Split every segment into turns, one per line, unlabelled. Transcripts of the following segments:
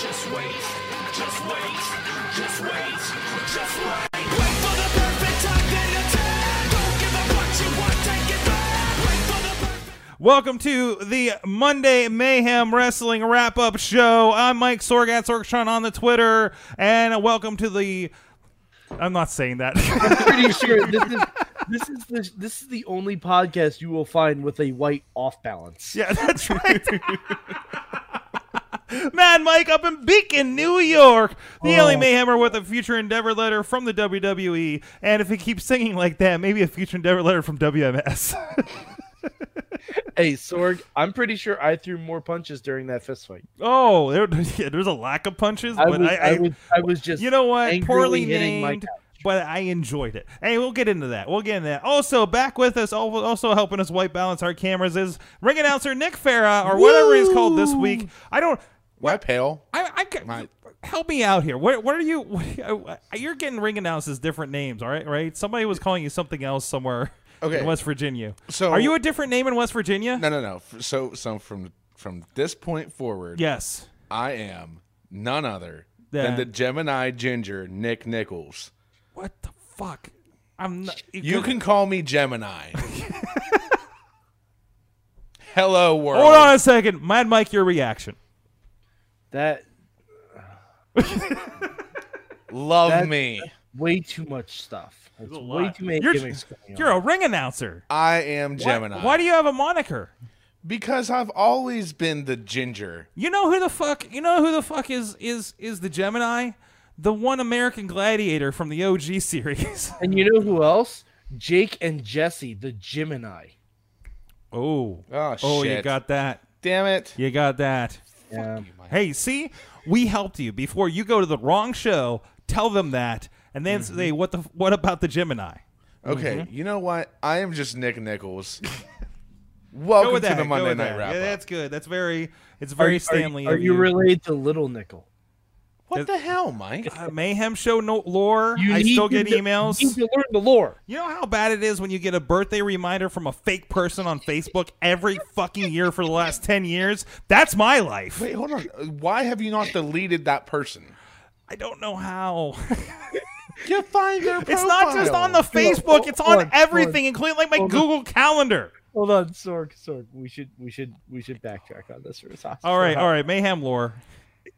just wait, just wait, just wait, just wait. Wait for the perfect time, then attack. Don't give up what you want, take it back. Wait for the perfect.
Welcome to the Monday Mayhem Wrestling Wrap Up Show. I'm Mike Sorg at Sorgatron on the Twitter, and welcome to the. I'm not saying that.
pretty sure this is this is the, this is the only podcast you will find with a white off balance.
yeah, that's right. Mad Mike up in Beacon, New York. The
Oh.
LA Mayhemmer with a future endeavor letter from the WWE. And if he keeps singing like that, maybe a future endeavor letter from WMS.
Hey Sorg, I'm pretty sure I threw more punches during that fist fight.
oh, there, yeah, there's a lack of punches,
I
but
was, I,
I, I,
was I was just
you know what?
angrily
Poorly
hitting my
named,
couch.
but I enjoyed it. Hey, we'll get into that. We'll get into that. Also, back with us, al- also helping us white balance our cameras is ring announcer Nick Farah, or whatever he's called this week. I don't.
Why pale?
I, I ca-
My-
help me out here. What, what are you? What, uh, you're getting ring announces different names, all right? Right? Somebody was calling you something else somewhere
Okay.
in West Virginia.
So-
are you a different name in West Virginia?
No, no, no. F- So, so from from this point forward,
Yes.
I am none other
Yeah.
than the Gemini Ginger Nick Nichols.
What the fuck? I'm not.
You can call me Gemini. Hello world.
hold on a second, Mad Mike. Your reaction?
that
Love
That-
me.
way too much stuff. It's way
lot.
too many
You're-
gimmicks. going
You're
on.
a ring announcer.
I am
Why-
Gemini.
Why, do you have a moniker?
Because I've always been the ginger.
You know who the fuck? You know who the fuck is is is the Gemini? The one American Gladiator from the OG series.
and you know who else? Jake and Jesse, the Gemini.
oh.
Oh,
Oh, you
shit.
got that.
Damn it.
You got that.
Yeah.
Hey, see, we helped you before you go to the wrong show. Tell them that, and then
Mm-hmm.
say, "What the? What about the Gemini?"
Okay,
Mm-hmm.
you know what? I am just Nick Nichols. Welcome
go with
to
that.
the
go
Monday
with
Night
that.
Wrap.
Yeah,
Up.
that's good. That's very. It's
Are,
very
you- are you-
Stanley.
Are,
of
you related to Little Nickel?
What the hell, Mike?
Uh, Mayhem show no lore.
You
I
need
still
to
get
kn-
emails.
You need to learn the lore.
You know how bad it is when you get a birthday reminder from a fake person on Facebook every fucking year for the last ten years. That's my life.
Wait, hold on. Uh, Why have you not deleted that person?
I don't know how.
You find their
It's not just on the Facebook. It's
Hold
on
on,
everything, including like my Google Calendar.
Hold on, Sorg, Sorg. We should we should we should backtrack on this for a second.
All right, all right. Mayhem lore.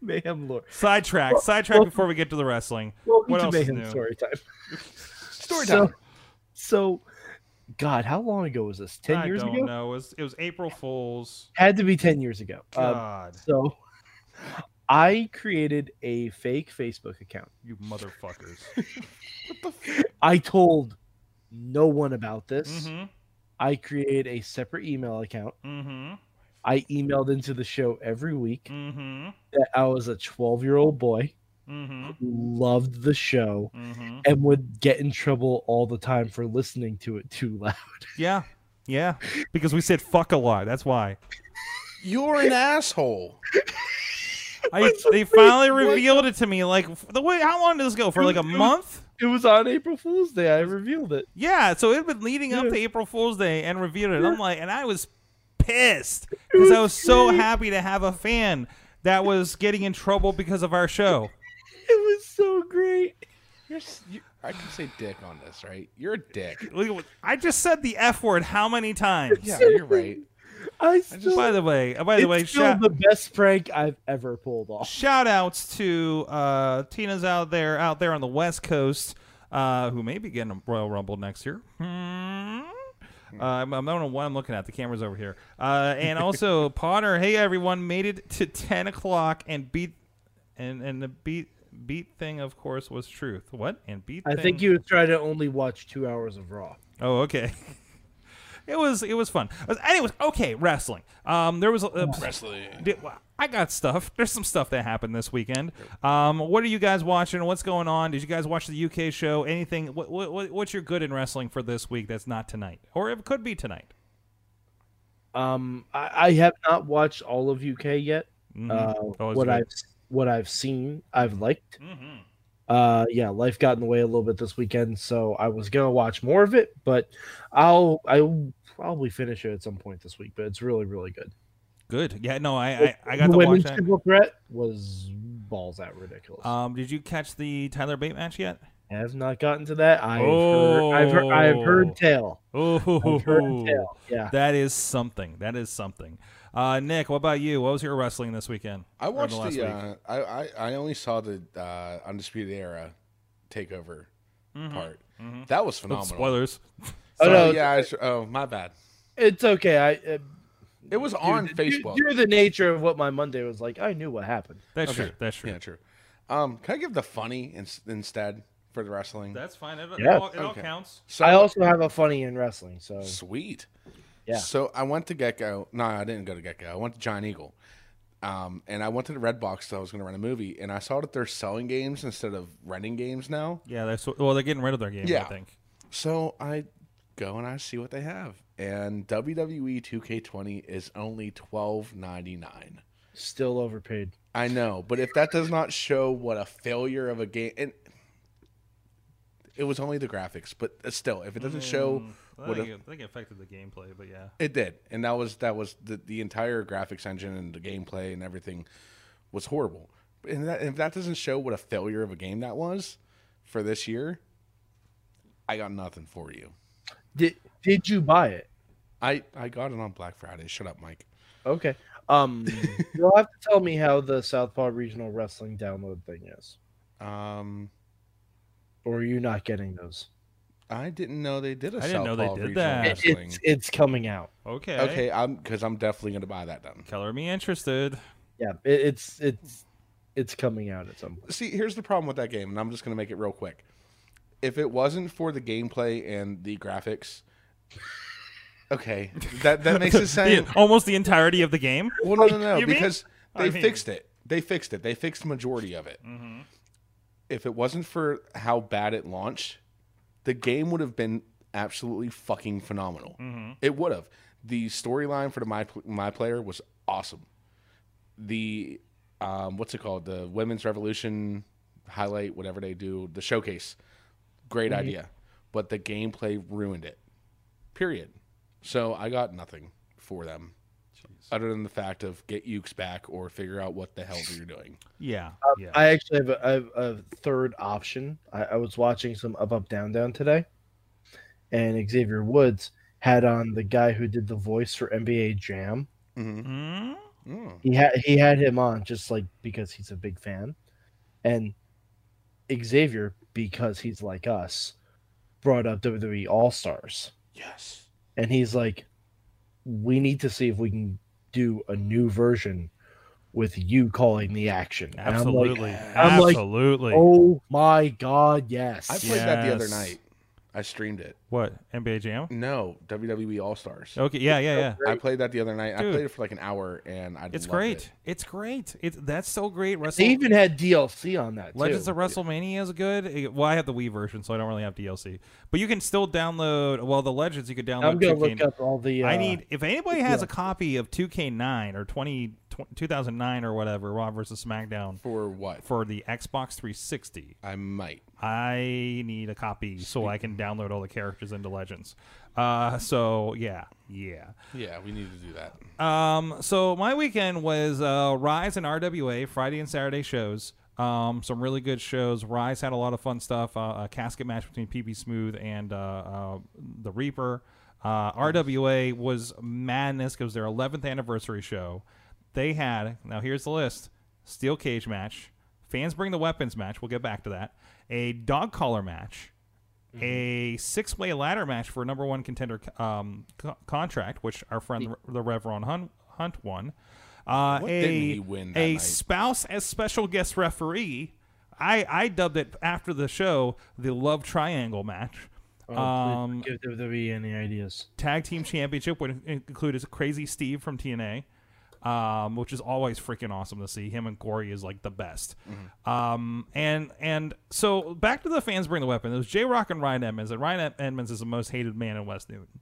Mayhem lore.
Sidetrack. Sidetrack before we get to the wrestling.
Welcome
What
to
else is
Mayhem
new?
story time.
story
So,
time.
so, God, how long ago was this? Ten
I
years
don't
ago?
know. It was, it was April Fool's.
Had to be ten years ago. Um,
God,
so, I created a fake Facebook account.
you motherfuckers.
I told no one about this.
mm-hmm.
I created a separate email account.
Mm-hmm.
I emailed into the show every week
Mm-hmm.
that I was a twelve-year-old boy
Mm-hmm.
who loved the show
Mm-hmm.
and would get in trouble all the time for listening to it too loud.
Yeah. Yeah. Because we said fuck a lot. That's why.
You're an asshole.
I, they finally revealed it to me. Like f- the way how long did this go? For like a month?
It was on April Fool's Day. I revealed it.
Yeah, so it had been leading up
Yeah.
to April Fool's Day and revealed it. I'm like, and I was pissed because I was so happy to have a fan that was getting in trouble because of our show.
It was so great.
You're, s- you, I can say dick on this, right? You're a dick.
I just said the F word how many times?
Yeah, you're right.
I still,
By the way, uh, by the way,
it's still
shout,
the best prank I've ever pulled off.
shout outs to uh, Tina's out there, out there on the West Coast, uh, who may be getting a Royal Rumble next year. Hmm. Uh, I'm, I don't know what I'm looking at. The camera's over here. Uh, and also, Potter, hey everyone, made it to 10 o'clock and beat, and and the beat beat thing, of course, was truth. What and beat?
I
thing?
think you would try to only watch two hours of Raw.
Oh, okay. It was it was fun. Uh, Anyways, okay, wrestling. Um, there was a, uh,
Wrestling.
Did- well, I got stuff. There's some stuff that happened this weekend. Um, what are you guys watching? What's going on? Did you guys watch the UK show? Anything? What, what, what- what's your good in wrestling for this week that's not tonight, or it could be tonight?
Um, I, I have not watched all of UK yet. Uh,
Mm-hmm. Always
what
good. Mm-hmm.
I've what I've seen, I've liked. Uh, yeah, life got in the way a little bit this weekend, so I was gonna watch more of it, but I'll I'll probably finish it at some point this week. But it's really really good.
Good. Yeah. No, I I, I got
the
to watch
women's
that.
triple threat was balls out ridiculous.
Um, did you catch the Tyler Bate match yet?
I have not gotten to that. I've heard I've heard I've
Oh.
heard tale. I've heard
Oh,
tale. Yeah.
that is something. That is something. Uh, Nick, what about you? What was your wrestling this weekend?
I
Or the
watched the.
last week?
uh, I, I I only saw the uh, Undisputed Era takeover
Mm-hmm.
part. That was
Oh,
phenomenal.
spoilers.
Oh,
Oh,
no.
yeah. I, sh- oh, my bad.
It's okay. I uh,
It was on
due-
Facebook.
Due to the nature of what my Monday was like, I knew what happened.
That's
Okay.
true. That's true.
Yeah, true. Um, can I give the funny in- instead for the wrestling?
That's fine. It,
Yeah.
it, all, it all
Okay.
counts.
so
I also have a funny in wrestling, so
sweet.
Yeah.
So I went to Gecko. No, I didn't go to Gecko. I went to Giant Eagle. Um, and I went to the Red Box. So I was going to rent a movie, and I saw that they're selling games instead of renting games now.
Yeah. They're so, well, they're getting rid of their game. I
Yeah.
think.
So I go and I see what they have, and E WWE 2K20 is only twelve ninety nine.
still overpaid.
I know, but if that does not show what a failure of a game, and it was only the graphics, but still, if it doesn't
Mm,
show
I
what
think,
a,
it, I think it affected the gameplay, but yeah.
it did, and that was that was the the entire graphics engine and the gameplay and everything was horrible. And that, if that doesn't show what a failure of a game that was for this year, I got nothing for you.
Did did you buy it?
I I got it on Black Friday. Shut up, Mike.
Okay. Um, you'll have to tell me how the Southpaw Regional Wrestling download thing is,
Um,
or are you not getting those?
I didn't know they did a
I didn't know they
Southpaw
did
regional
that.
It-
wrestling.
it's it's coming out.
Okay.
okay, I'm because I'm definitely gonna buy that then.
Color me interested.
Yeah, it, it's it's it's coming out at some point.
See, here's the problem with that game, and I'm just gonna make it real quick. If it wasn't for the gameplay and the graphics, okay, that that makes it
The-
sound.
almost the entirety of the game.
Well, no, no, no,
you mean-
because
I
they
mean- Mm-hmm.
fixed it. They fixed it. They fixed the majority of it. If it wasn't for how bad it launched, the game would have been absolutely fucking phenomenal.
Mm-hmm.
It would have. The storyline for the my my player was awesome. The um, what's it called? The women's revolution highlight, whatever they do, the showcase. Great
Mm-hmm.
idea, but the gameplay ruined it. Period. So I got nothing for them, other than the fact of get Ukes back or figure out what the hell you're doing.
Yeah.
Um,
yeah.
I actually have a, I have a third option. I, I was watching some Up Up Down Down today, and Xavier Woods had on the guy who did the voice for NBA Jam.
Mm-hmm. Mm.
Hmm?
He had he had him on just like because he's a big fan, and Xavier because he's like us, brought up WWE All Stars,
Yes.
and he's like, we need to see if we can do a new version with you calling the action. And I'm like,
Absolutely.
I'm like,
Absolutely.
Oh my god, yes.
I played that the other
Yes.
night. I streamed it.
what? NBA Jam?
No, WWE All Stars.
Okay. Yeah. Yeah. Yeah.
I played that the other night.
Oh, Dude.
I played it for like an hour, and I
It's
loved
great.
it.
It's great. It's that's so great. Wrestle
They even had DLC on that. Too.
Legends of WrestleMania is good. It- Well, I have the Wii version, so I don't really have DLC. But you can still download. Well, the Legends you could download.
I'm gonna look
2K9.
up all the. Uh,
I need if anybody has
yeah.
a copy of 2K9 or 20, 2009 or whatever Raw versus SmackDown
For what?
for the Xbox 360.
I might.
I need a copy so I can download all the characters into Legends. Uh, so yeah, yeah.
Yeah, we need to do that.
Um, so my weekend was uh, Rise and RWA Friday and Saturday shows. Um, some really good shows. Rise had a lot of fun stuff. Uh, a casket match between PB Smooth and uh, uh, the Reaper. Uh, RWA was madness. 'cause It was their 11th anniversary show. They had now here's the list: steel cage match, fans bring the weapons match. We'll get back to that. A dog collar match
Mm-hmm.
a six way ladder match for a number one contender um, co- contract, which our friend the- the Rev Ron Hunt, Hunt won. Uh,
What
a,
didn't he win that
a
night?
spouse as special guest referee. I, I dubbed it after the show the love triangle match. um,
Give WWE any ideas?
tag team championship would in- include is Crazy Steve from TNA, um, which is always freaking awesome to see. Him and Gory is like the best. Um, and and so back to the fans bring the weapon. It was J Rock and Ryan Edmonds, and Ryan Edmonds is the most hated man in West Newton.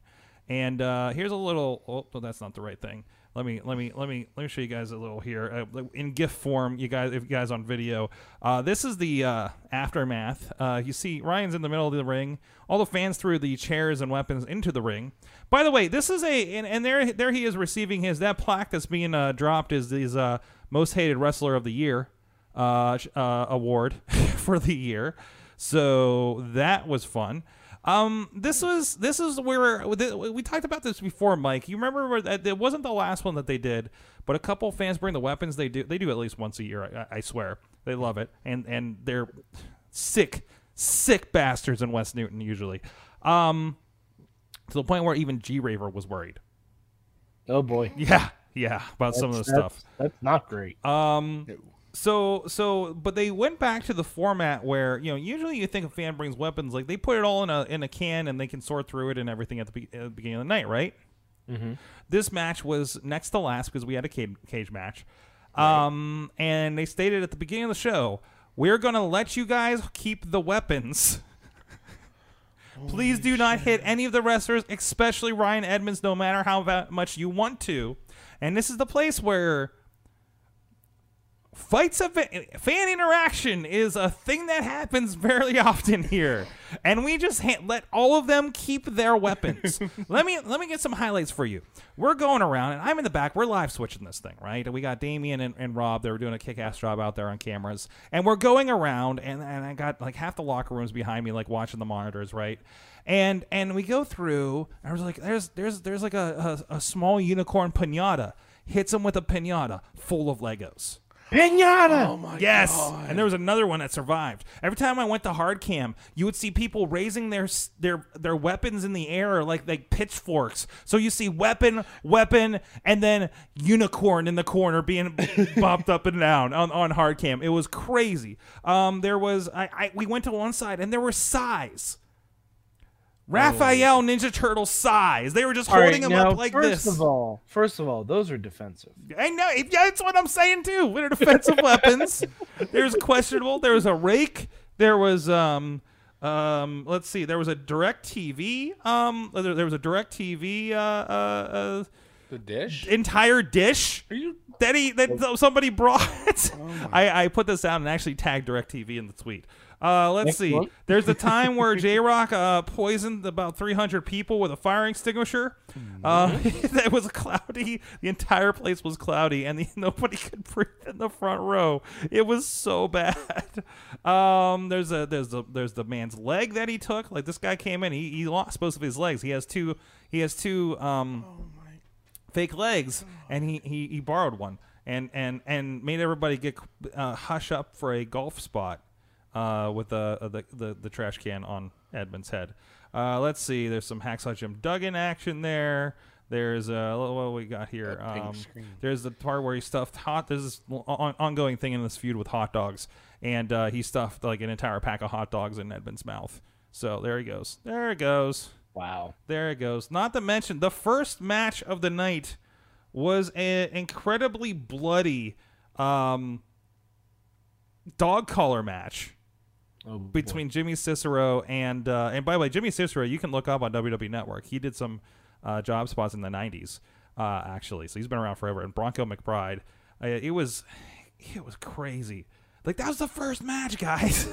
And uh, here's a little. Oh, that's not the right thing. Let me let me let me let me show you guys a little here uh, in GIF form. You guys, if you guys on video, uh, this is the uh, aftermath. Uh, you see Ryan's in the middle of the ring. All the fans threw the chairs and weapons into the ring. By the way, this is a and, and there there he is receiving his that plaque that's being uh, dropped is his uh, most hated wrestler of the year uh, sh- uh, award for the year. So that was fun. Um, this was this is where th- we talked about this before, Mike. You remember where that it wasn't the last one that they did, but a couple fans bring the weapons. They do they do at least once a year. I, I swear they love it, and and they're sick sick bastards in West Newton usually. Um, to the point where even G Raver was worried.
Oh boy.
Yeah, yeah, about some of the
That's-
stuff.
That's not great.
Um,
No.
so so, but they went back to the format where you know usually you think a fan brings weapons, like they put it all in a in a can and they can sort through it and everything at the, be- at the beginning of the night, right?
Mm-hmm.
This match was next to last because we had a cage, cage match, um, and they stated at the beginning of the show, "We're gonna let you guys keep the weapons." Please do not hit any of the wrestlers, especially Ryan Edmonds, no matter how va- much you want to. And this is the place where fights of fan interaction is a thing that happens fairly often here and we just ha- let all of them keep their weapons let me let me get some highlights for you we're going around and i'm in the back we're live switching this thing right we got damien and, and rob they were doing a kick-ass job out there on cameras and we're going around and, and i got like half the locker rooms behind me like watching the monitors right and and we go through and i was like there's there's there's like a, a, a small unicorn piñata hits him with a piñata full of legos
Pinata.
Oh my
Yes,
God.
and there was another one that survived. Every time I went to hard cam, you would see people raising their s- their their weapons in the air like like pitchforks. So you see weapon, weapon, and then unicorn in the corner being bopped up and down on, on hard cam. It was crazy. Um, there was I, I we went to one side and there were sighs. Raphael Ninja Turtle sighs. They were just
All right,
holding him
now,
up like
first
this.
of all, first of all, those are defensive.
I know. if- yeah, That's what I'm saying too. What are defensive weapons? There's questionable. There was a rake. There was um um. Let's see. There was a direct TV. Um. There, there was a direct TV. Uh, uh. Uh.
The dish?
Entire dish.
Are you oh
That he that somebody brought. I I put this out and actually tagged Directv in the tweet. Uh, let's see.
one.
There's a time where J Rock uh, poisoned about 300 people with a fire extinguisher.
Hmm.
Uh, that was cloudy. The entire place was cloudy, and the, nobody could breathe in the front row. It was so bad. Um, there's a there's the there's the man's leg that he took. Like this guy came in, he, he lost both of his legs. He has two. He has two. Um, fake legs, and he, he, he borrowed one and, and, and made everybody get uh, hush up for a golf spot uh, with the, uh, the, the the trash can on Edmund's head. Uh, let's see. There's some hacksaw Jim Duggan action there. There's uh, what we got here. Um, there's the part where he stuffed hot. There's this on- ongoing thing in this feud with hot dogs, and uh, he stuffed like an entire pack of hot dogs in Edmund's mouth. So there he goes. There it goes.
Wow.
There it goes. Not to mention, the first match of the night was an incredibly bloody um, dog collar match
Oh, boy.
between Jimmy Cicero and uh, and by the way, Jimmy Cicero, you can look up on WWE Network. He did some uh, job spots in the '90s, uh, actually, so he's been around forever. And Bronco McBride, uh, it was it was crazy. Like that was the first match, guys.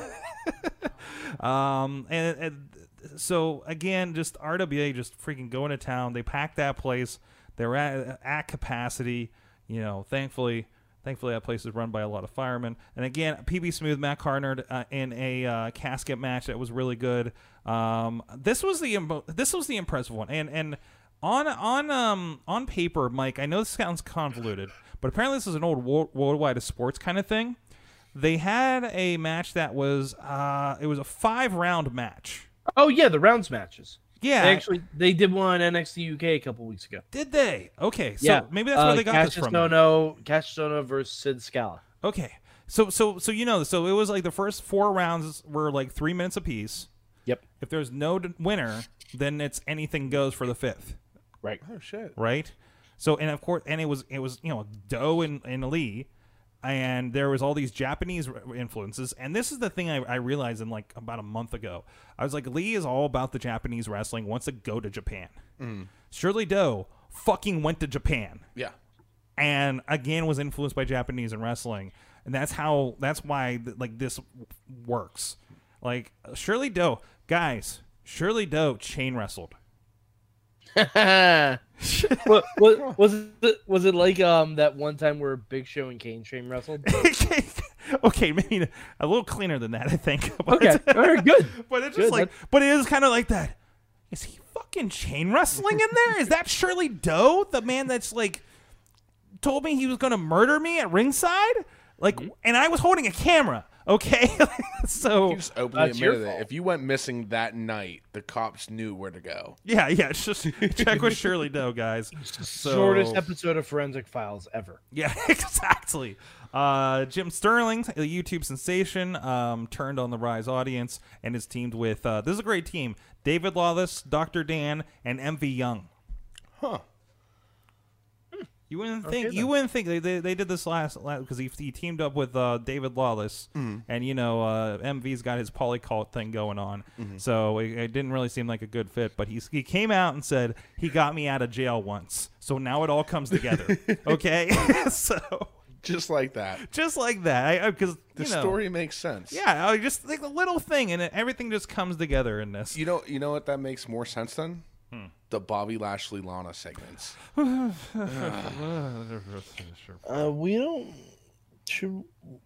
um, and, and so again, just RWA just freaking going to town. They packed that place. They're at, at capacity. You know, thankfully, thankfully that place is run by a lot of firemen. And again, PB Smooth, Matt Carnard uh, in a uh, casket match that was really good. Um, this was the imbo- this was the impressive one. And and on on um on paper, Mike, I know this sounds convoluted, but apparently this is an old wo- worldwide of sports kind of thing they had a match that was uh it was a five round match
Oh yeah, the rounds matches.
yeah
They actually, they did one on NXT UK a couple weeks ago.
did they okay so
yeah,
maybe that's where
uh,
they got
Cassius
this from then.
Ohno, Cassius Ohno versus Sid Scala.
okay so so so you know so it was like the first four rounds were like three minutes apiece
Yep.
if there's no d- winner then it's anything goes for the fifth
Right.
Oh shit.
right? So and of course, and it was it was you know Do and, and Lee, and there was all these Japanese r- influences. And this is the thing I, I realized in like about a month ago. I was like, Lee is all about the Japanese wrestling. Wants to go to Japan. Surely Do fucking went to Japan.
Yeah.
and again was influenced by Japanese and wrestling, and that's how that's why th- like this works. Like Shirley Doe, guys, Shirley Doe chain wrestled.
what, what, was it was it like um that one time where Big Show and Kane train wrestled?
okay, maybe a little cleaner than that, I think. But-
Okay, all right, good.
But it's just
Good,
like, but it is kind of like that. Is he fucking chain wrestling in there? Is that Shirley Doe, the man that's like told me he was gonna murder me at ringside? Like,
Mm-hmm.
and I was holding a camera. Okay, so
You just openly
That's your
admitted it.
fault.
If you went missing that night, the cops knew where to go.
yeah, yeah, it's just check with Shirley Doe, guys. So,
Shortest episode of Forensic Files ever.
Yeah, exactly. Uh, Jim Sterling, a YouTube sensation, um, turned on the Rise audience and is teamed with uh, this is a great team: David Lawless, Dr. Dan, and MV Young.
Huh.
You wouldn't think you wouldn't think they, they, they did this last because he, he teamed up with uh, David Lawless
Mm-hmm.
and you know uh, MV's got his polycult thing going on
Mm-hmm.
so it, it didn't really seem like a good fit but he's, he came out and said he got me out of jail once so now it all comes together okay so
Just like that.
just like that I because
The
you know,
story makes sense.
yeah I just like a little thing and it- everything just comes together in this
You know, you know what that makes more sense then? The Bobby Lashley Lana segments.
Uh, we don't should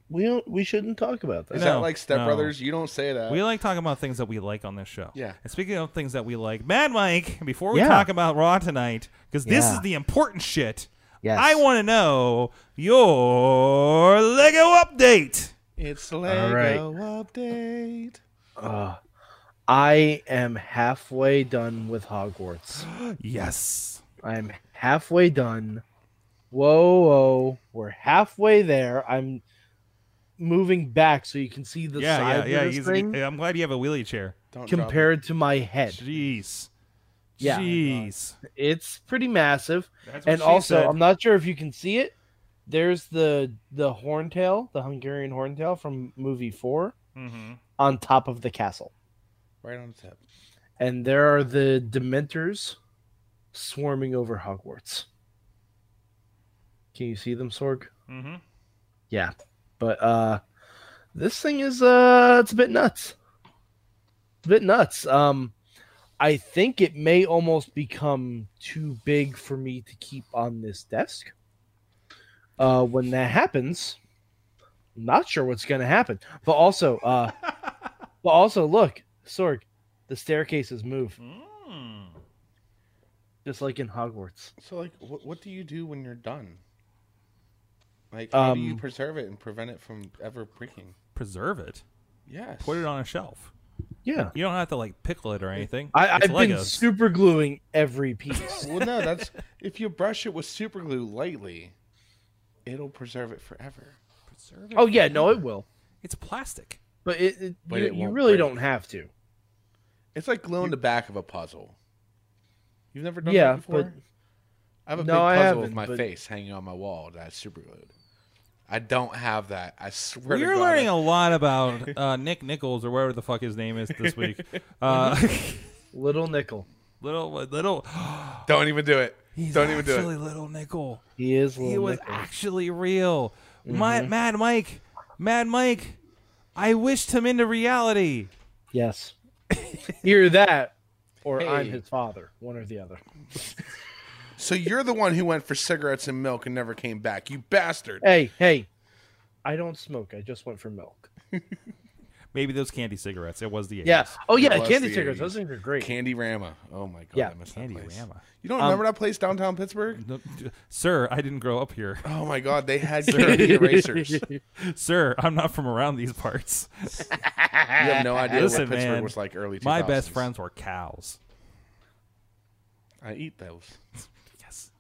we don't we shouldn't talk about that.
Is
No,
that like Step
no.
Brothers? You don't say that.
We
Uh,
like talking about things that we like on this show.
Yeah.
And speaking of things that we like, Mad Mike, before we
Yeah.
talk about Raw tonight, because this
Yeah.
is the important shit,
Yes.
I want to know your Lego update.
it's
All right.
Lego update.
Uh, I am halfway done with Hogwarts.
Yes.
I'm halfway done. Whoa, whoa, we're halfway there. I'm moving back so you can see the
yeah,
side
yeah, yeah.
of this
He's,
thing
I'm glad you have a wheelie chair.
Don't drop it.
compared to my head.
Jeez.
Yeah.
Jeez.
It's pretty massive.
That's what
Oh and
she
also um,
said.
i'm not sure if you can see it there's the the horntail the hungarian horntail from movie four
Mhm.
on top of the castle
right on the tip.
and there are the dementors swarming over hogwarts can you see them sorg
Mhm.
yeah but uh this thing is uh it's a bit nuts it's a bit nuts um i think it may almost become too big for me to keep on this desk uh when that happens I'm not sure what's gonna happen but also uh but also look sorg the staircases move
Mm.
just like in hogwarts
So, like, what, what do you do when you're done? Like, how do you
Um,
preserve it and prevent it from ever breaking?
Preserve it.
Yes.
Put it on a shelf.
yeah
You don't have to like pickle it or anything.
I,
It's
I've been
Legos.
super gluing every piece.
Well, no, that's if you brush it with super glue lightly, it'll preserve it forever.
Preserve it.
oh yeah, no, it will.
It's plastic.
But it, it-
But
you,
it
you
won't
really
break.
don't have to.
It's like gluing the back of a puzzle. You've never done
Yeah,
that before.
but-
I have a
No, I
big puzzle with
haven't,
my
but-
face hanging on my wall that's super glued. I don't have that. I swear.
We're
to God,
learning
I-
a lot about uh, Nick Nichols or whatever the fuck his name is this week. Uh,
Little nickel.
little little,
Don't even do it.
he's
don't even do
actually
it.
little Nickel.
He is little
He was
nickel.
actually real.
Mm-hmm.
My, Mad Mike, Mad Mike, I wished him into reality.
yes. Either that or I'm
Hey.
his father, one or the other.
So you're the one who went for cigarettes and milk and never came back. You bastard.
Hey, hey. I don't smoke. I just went for milk.
Maybe those candy cigarettes. It was the 80s.
Yeah. Oh yeah,
was
candy
the
cigarettes.
80s.
Those things are great.
Candy Rama. Oh my god.
Yeah,
I miss
Candy
that place.
Rama.
You don't
Um,
remember that place downtown Pittsburgh?
No, d- sir, I didn't grow up here.
Oh my god, they had candy erasers. You
sir, I'm not from around these parts.
have no idea
Listen,
what Pittsburgh
man,
was like early 2000s.
My best friends were cows.
I eat those.
Yes.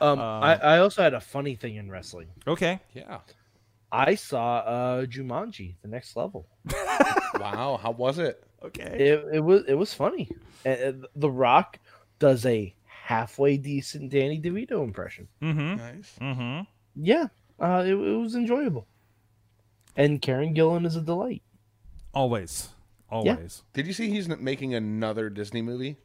Um, I, I also had a funny thing in wrestling.
Okay.
Yeah.
I saw uh Jumanji, the next level.
Wow. How was it?
Okay.
It, it was it was funny. And, and the Rock does a halfway decent Danny DeVito impression.
Mm-hmm.
Nice.
Mm-hmm.
yeah, uh, it, it was enjoyable. And Karen Gillan is a delight.
Always. Always.
Did you see he's n- making another Disney movie?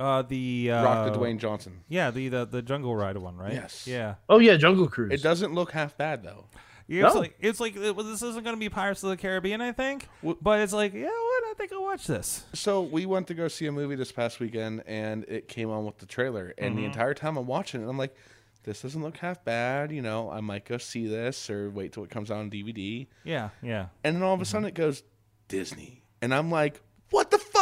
Uh, the uh,
Rock the Dwayne Johnson.
Yeah, the, the the Jungle Ride one, right?
Yes.
Yeah.
Oh yeah, Jungle Cruise.
It doesn't look half bad though.
Yeah, It's
No.
like it's like it- well, this isn't going to be Pirates of the Caribbean, I think.
Well-
but it's like, yeah, what? I think I'll watch this.
So we went to go see a movie this past weekend, and it came on with the trailer. And the entire time I'm watching it, I'm like, "This doesn't look half bad." You know, I might go see this or wait till it comes out on DVD.
Yeah, yeah.
And then all of a sudden, it goes Disney, and I'm like, "What the fuck?"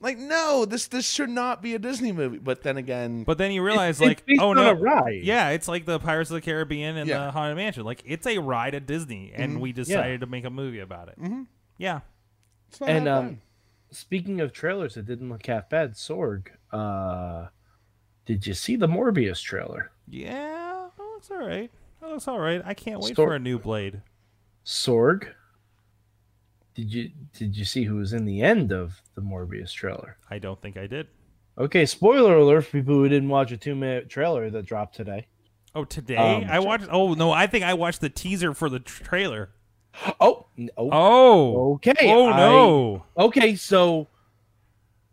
Like, no, this this should not be a Disney movie. But then again,
But then you realize,
it's
like,
based
oh
on
no,
a ride.
Yeah, it's like the Pirates of the Caribbean and
Yeah.
the Haunted Mansion. Like, it's a ride at Disney,
Mm-hmm.
and we decided to make a movie about it. Mm-hmm. Yeah.
it's not
and
half
um,
bad.
speaking of trailers that didn't look half bad, Sorg, uh, did you see the Morbius trailer?
Yeah, that looks all right. That looks all right. I can't wait
Stor-
for a new Blade.
Sorg, did you did you see who was in the end of the Morbius trailer?
I don't think I did.
Okay, spoiler alert for people who didn't watch a two minute trailer that dropped today.
Oh, today
Um,
I watched. Oh no, I think I watched the teaser for the tr- trailer.
Oh, n- oh,
Oh.
okay.
Oh
I-
no.
Okay, so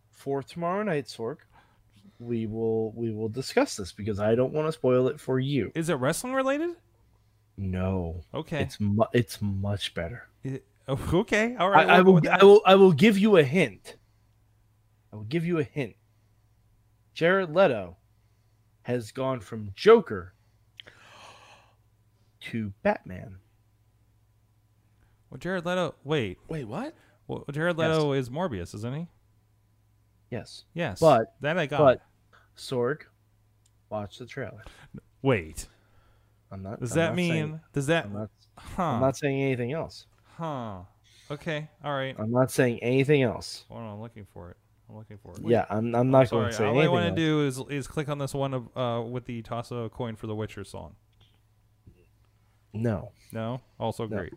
for tomorrow night, Sorg, we will we will discuss this because I don't want to spoil it for you.
Is it wrestling related?
No,
Okay.
it's mu- it's much better.
It- oh, okay. All
I,
right.
I
we'll go
will
with that.
I will I will give you a hint. I will give you a hint. Jared Leto has gone from Joker to Batman.
Well, Jared Leto. Wait.
wait, what?
Well, Jared Leto is Morbius, isn't he?
Yes,
Yes.
But-
that I got.
but Sorg, watch the trailer.
wait.
I'm not.
Does
I'm
that
not
mean?
saying-
does that?
I'm not
huh.
I'm not saying anything else.
huh. Okay. All right.
I'm not saying anything else.
Hold on. I'm looking for it. I'm looking for it.
Yeah, I'm, I'm not
Sorry.
going to say
all
anything.
I want to
else.
do is is click on this one of, uh, with the toss a coin for the Witcher song.
No,
No. Also
No.
great.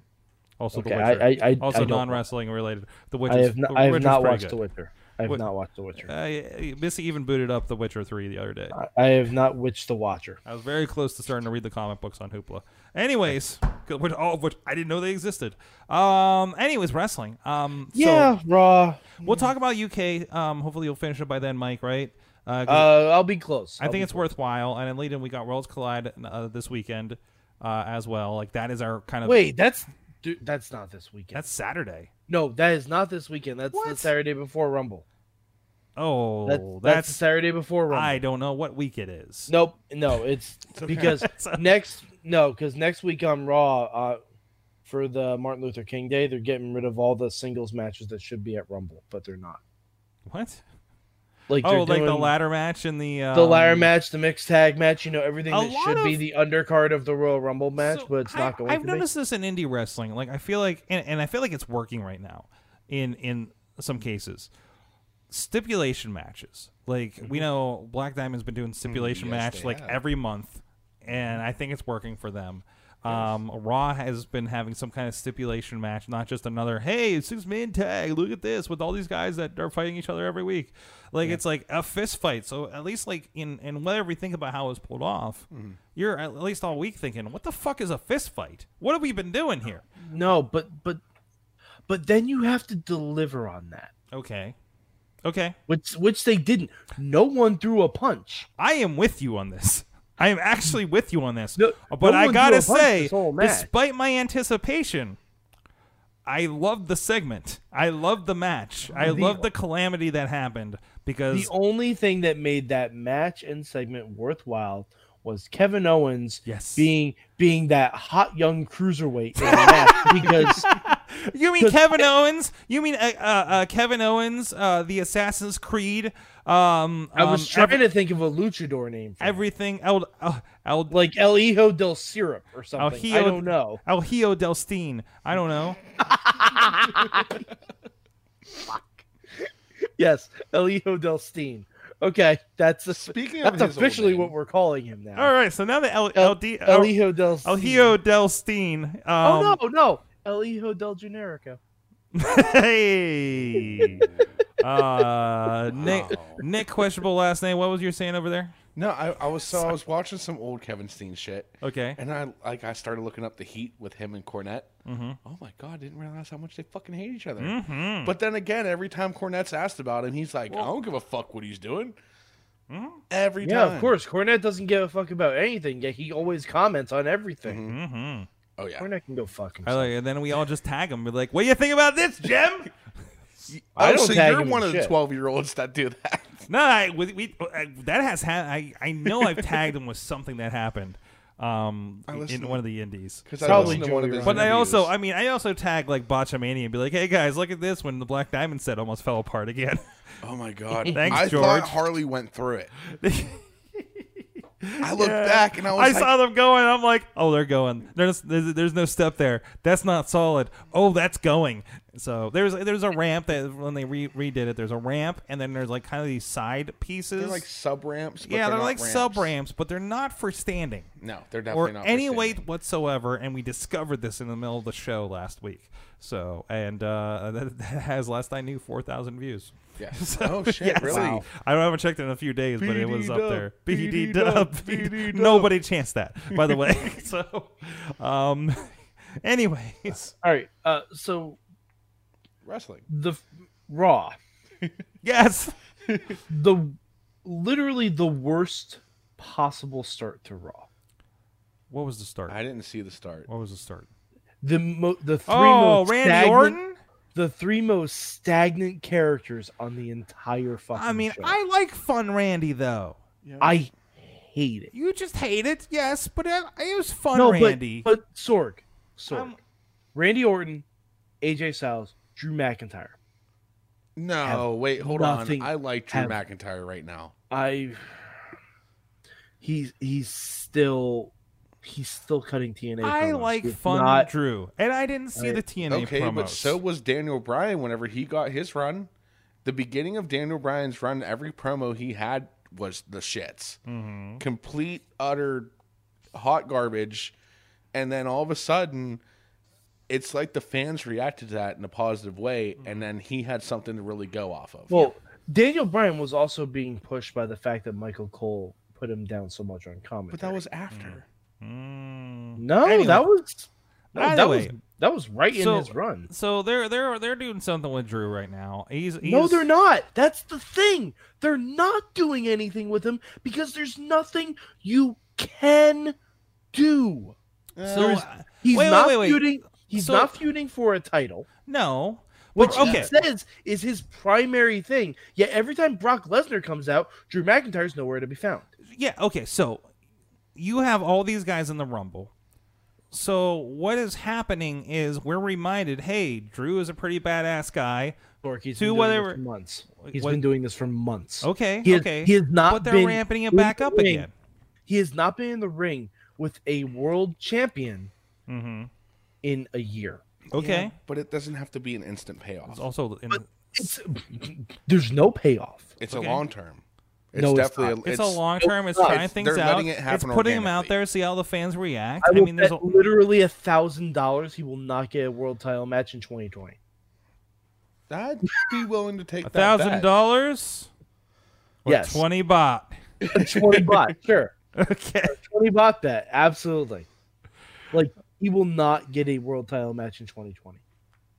Also
okay.
the Witcher.
I, I, I, I
also
don't-
non wrestling related. The Witcher.
I have not, I have not watched The
Witcher.
Witcher. I have
What-
not watched The Witcher.
Uh, Missy even booted up The Witcher Three the other day.
I, I have not witched The Watcher.
I was very close to starting to read the comic books on Hoopla. Anyways, good- which, all of which I didn't know they existed. Um, anyways, wrestling. Um,
Yeah, Raw.
So we'll talk about UK. Um, hopefully you'll finish it by then, Mike. Right? Uh, 'cause
Uh, I'll be close.
I
I'll
think
be
it's worthwhile. And then leading, we got Worlds Collide uh, this weekend uh, as well. Like that is our kind
close.
of
Wait, that's dude, that's not this weekend.
That's Saturday.
no, that is not this weekend. That's the
What?
Saturday before Rumble.
Oh,
That's,
that's,
that's, the Saturday before Rumble.
I don't know what week it is.
Nope, no, it's because
It's okay.
next no, because next week on Raw, uh, for the Martin Luther King Day, they're getting rid of all the singles matches that should be at Rumble, but they're not.
What?
Like
Oh,
they're
like the
doing
ladder match and the um,
the ladder match, the mixed tag match, you know, everything
a
that should
lot
be
of-
the undercard of the Royal Rumble match,
So,
but it's
I,
not going
I've
to
noticed this in indie wrestling. Like I feel like, and, and I feel like it's working right now. In in some cases, stipulation matches. Like
Mm-hmm.
we know Black Diamond's been
Mm,
doing stipulation
yes,
match
they
like
have.
every month, and I think it's working for them. Um, Raw has been having some kind of stipulation match, not just another hey six man tag. Look at this with all these guys that are fighting each other every week. Like it's like a fist fight. So at least like in and whatever you think about how it's pulled off, you're at least all week thinking, what the fuck is a fist fight? What have we been doing here?
be. No, but but but then you have to deliver on that.
Okay, okay,
Which which they didn't. No one threw a punch.
I am with you on this. I am actually with you on this. Uh,
No-
but
no
I
one
gotta
threw a punch
say,
this whole match.
despite my anticipation, I loved the segment. I loved the match. I loved the calamity that happened
The
because
only thing that made that match and segment worthwhile was Kevin Owens
Yes.
being being that hot young cruiserweight in the match because
you mean Kevin Owens? You mean uh, uh, uh, Kevin Owens, uh, the Assassin's Creed? Um,
I was
um,
trying to think of a luchador name for him.
everything. El, El, El,
like El Hijo del Syrup or
El
something. I
Hijo-
don't know.
El Hijo del Steen. I don't know.
Yes, El Hijo del Steen. Okay, that's the
Speaking of
that's
his old
officially
name-
what we're calling him now.
All right, so now the El,
El,
El, D-
El
El,
Hijo del
oh, El
Steen.
Hijo del Steen. Um,
Oh no, no. El Hijo del Generico.
hey. Uh, Nick, Nick, questionable last name. What was your saying over there?
No, I, I was so I was watching some old Kevin Steen shit.
Okay.
And I like I started looking up the Heat with him and Cornette. Mm-hmm. Oh my god, didn't realize how much they fucking hate each other.
Hmm. Mm-hmm.
But then again, every time Cornette's asked about him, he's like, I don't give a fuck what he's doing.
Hmm?
Every
Yeah,
time.
of course. Cornette doesn't give a fuck about anything, yet he always comments on everything.
Oh yeah.
Cornette can go
I
fuck himself.
like, and then we all just tag him. We're like, "What do you think about this, Jim?"
I
Oh,
don't
so
tag
you're
him
one
in
of the
shit.
twelve year olds that do that.
no, I, we, we I, that has ha- I I know I've tagged him with something that happened, um, in
listened-
one of the indies.
Because
Probably
I listened to one of
Joey
his
But I also,
interviews.
I mean, I also tag like Botchamania and be like, "Hey guys, look at this!" When the Black Diamond set almost fell apart again.
Oh my god.
Thanks,
I
George.
thought Harley went through it. I looked back and I was
I
like,
saw them going. I'm like, "Oh, they're going. There's, there's there's no step there. That's not solid. Oh, that's going." So there's there's a ramp that when they re- redid it, there's a ramp, and then there's like kind of these side pieces.
they're like sub ramps.
yeah, they're, like sub ramps, but they're not for standing.
No, they're definitely
or
not. for
any
standing.
weight whatsoever. And we discovered this in the middle of the show last week. So, and uh, that, that has, last I knew, 4,000 views.
Yeah.
So,
Oh shit,
yeah,
really?
so I don't haven't checked it in a few days, but it was up
BD-dub,
there. BD dub.
BD-dub.
Nobody chanced that, by the way. so, um, anyways,
All right. Uh, so
Wrestling.
the f- Raw,
yes.
the literally the worst possible start to Raw.
What was the start?
I didn't see the start.
What was the start?
The mo- the three
Oh,
most
Randy
stagnant-
Orton?
the three most stagnant characters on the entire fucking.
I mean,
show.
I like Fun Randy, though.
I hate it.
You just hate it, yes, but it, it was Fun
no,
Randy.
but but Sorg, Sorg,
Um,
Randy Orton, AJ Styles, Drew McIntyre.
No,
Have
wait, hold
nothing-
on. I like Drew
have-
McIntyre right now.
I he's he's still he's still cutting TNA.
I
promos.
like
It's
fun
not-
Drew, and I didn't see the TNA
okay,
promos.
but so was Daniel Bryan whenever he got his run. The beginning of Daniel Bryan's run, every promo he had was the shits.
Mm-hmm.
Complete, utter hot garbage. And then all of a sudden, it's like the fans reacted to that in a positive way.
Mm-hmm.
And then he had something to really go off of.
Well, Daniel Bryan was also being pushed by the fact that Michael Cole put him down so much on commentary.
but that was
Mm-hmm.
after.
Hmm.
no,
Anyway.
that was no,
Either
that
way.
was that was right
So-
in his run.
so they're they're they're doing something with Drew right now. He's, he's
No, they're not. That's the thing. They're not doing anything with him because there's nothing you can do.
So,
There's-
uh,
he's
wait,
not
wait, wait, wait.
feuding. He's
So-
not feuding for a title.
No,
which
But- okay.
he says is his primary thing. Yet every time Brock Lesnar comes out, Drew McIntyre's nowhere to be found.
yeah, okay. So you have all these guys in the Rumble. So what is happening is we're reminded, hey, Drew is a pretty badass guy.
Dork, he's
Do
been
whatever-
doing this for months. He's
What-
been doing this for months.
Okay,
he has,
okay.
He has not
but they're
been
ramping it
in
back
the
up
ring-
again.
He has not been in the ring with a world champion Mm-hmm. in a year.
Okay,
But it doesn't have to be an instant payoff.
it's also in,
It's, there's no payoff.
It's
Okay.
a long term. It's
No, it's
definitely
not.
a,
it's, a long term. It's
it's-
trying things
they're
out.
letting it
it's
happen
putting him out
organically.
there, see how the fans react.
I,
I,
will
mean, there's
bet
a,
literally a thousand dollars he will not get a world title match in 2020.
I'd be willing to take
a
that
thousand
bet.
dollars. or
Yes,
Twenty baht.
20 baht, sure.
Okay.
20 bought that. Absolutely. Like, he will not get a world title match in 2020.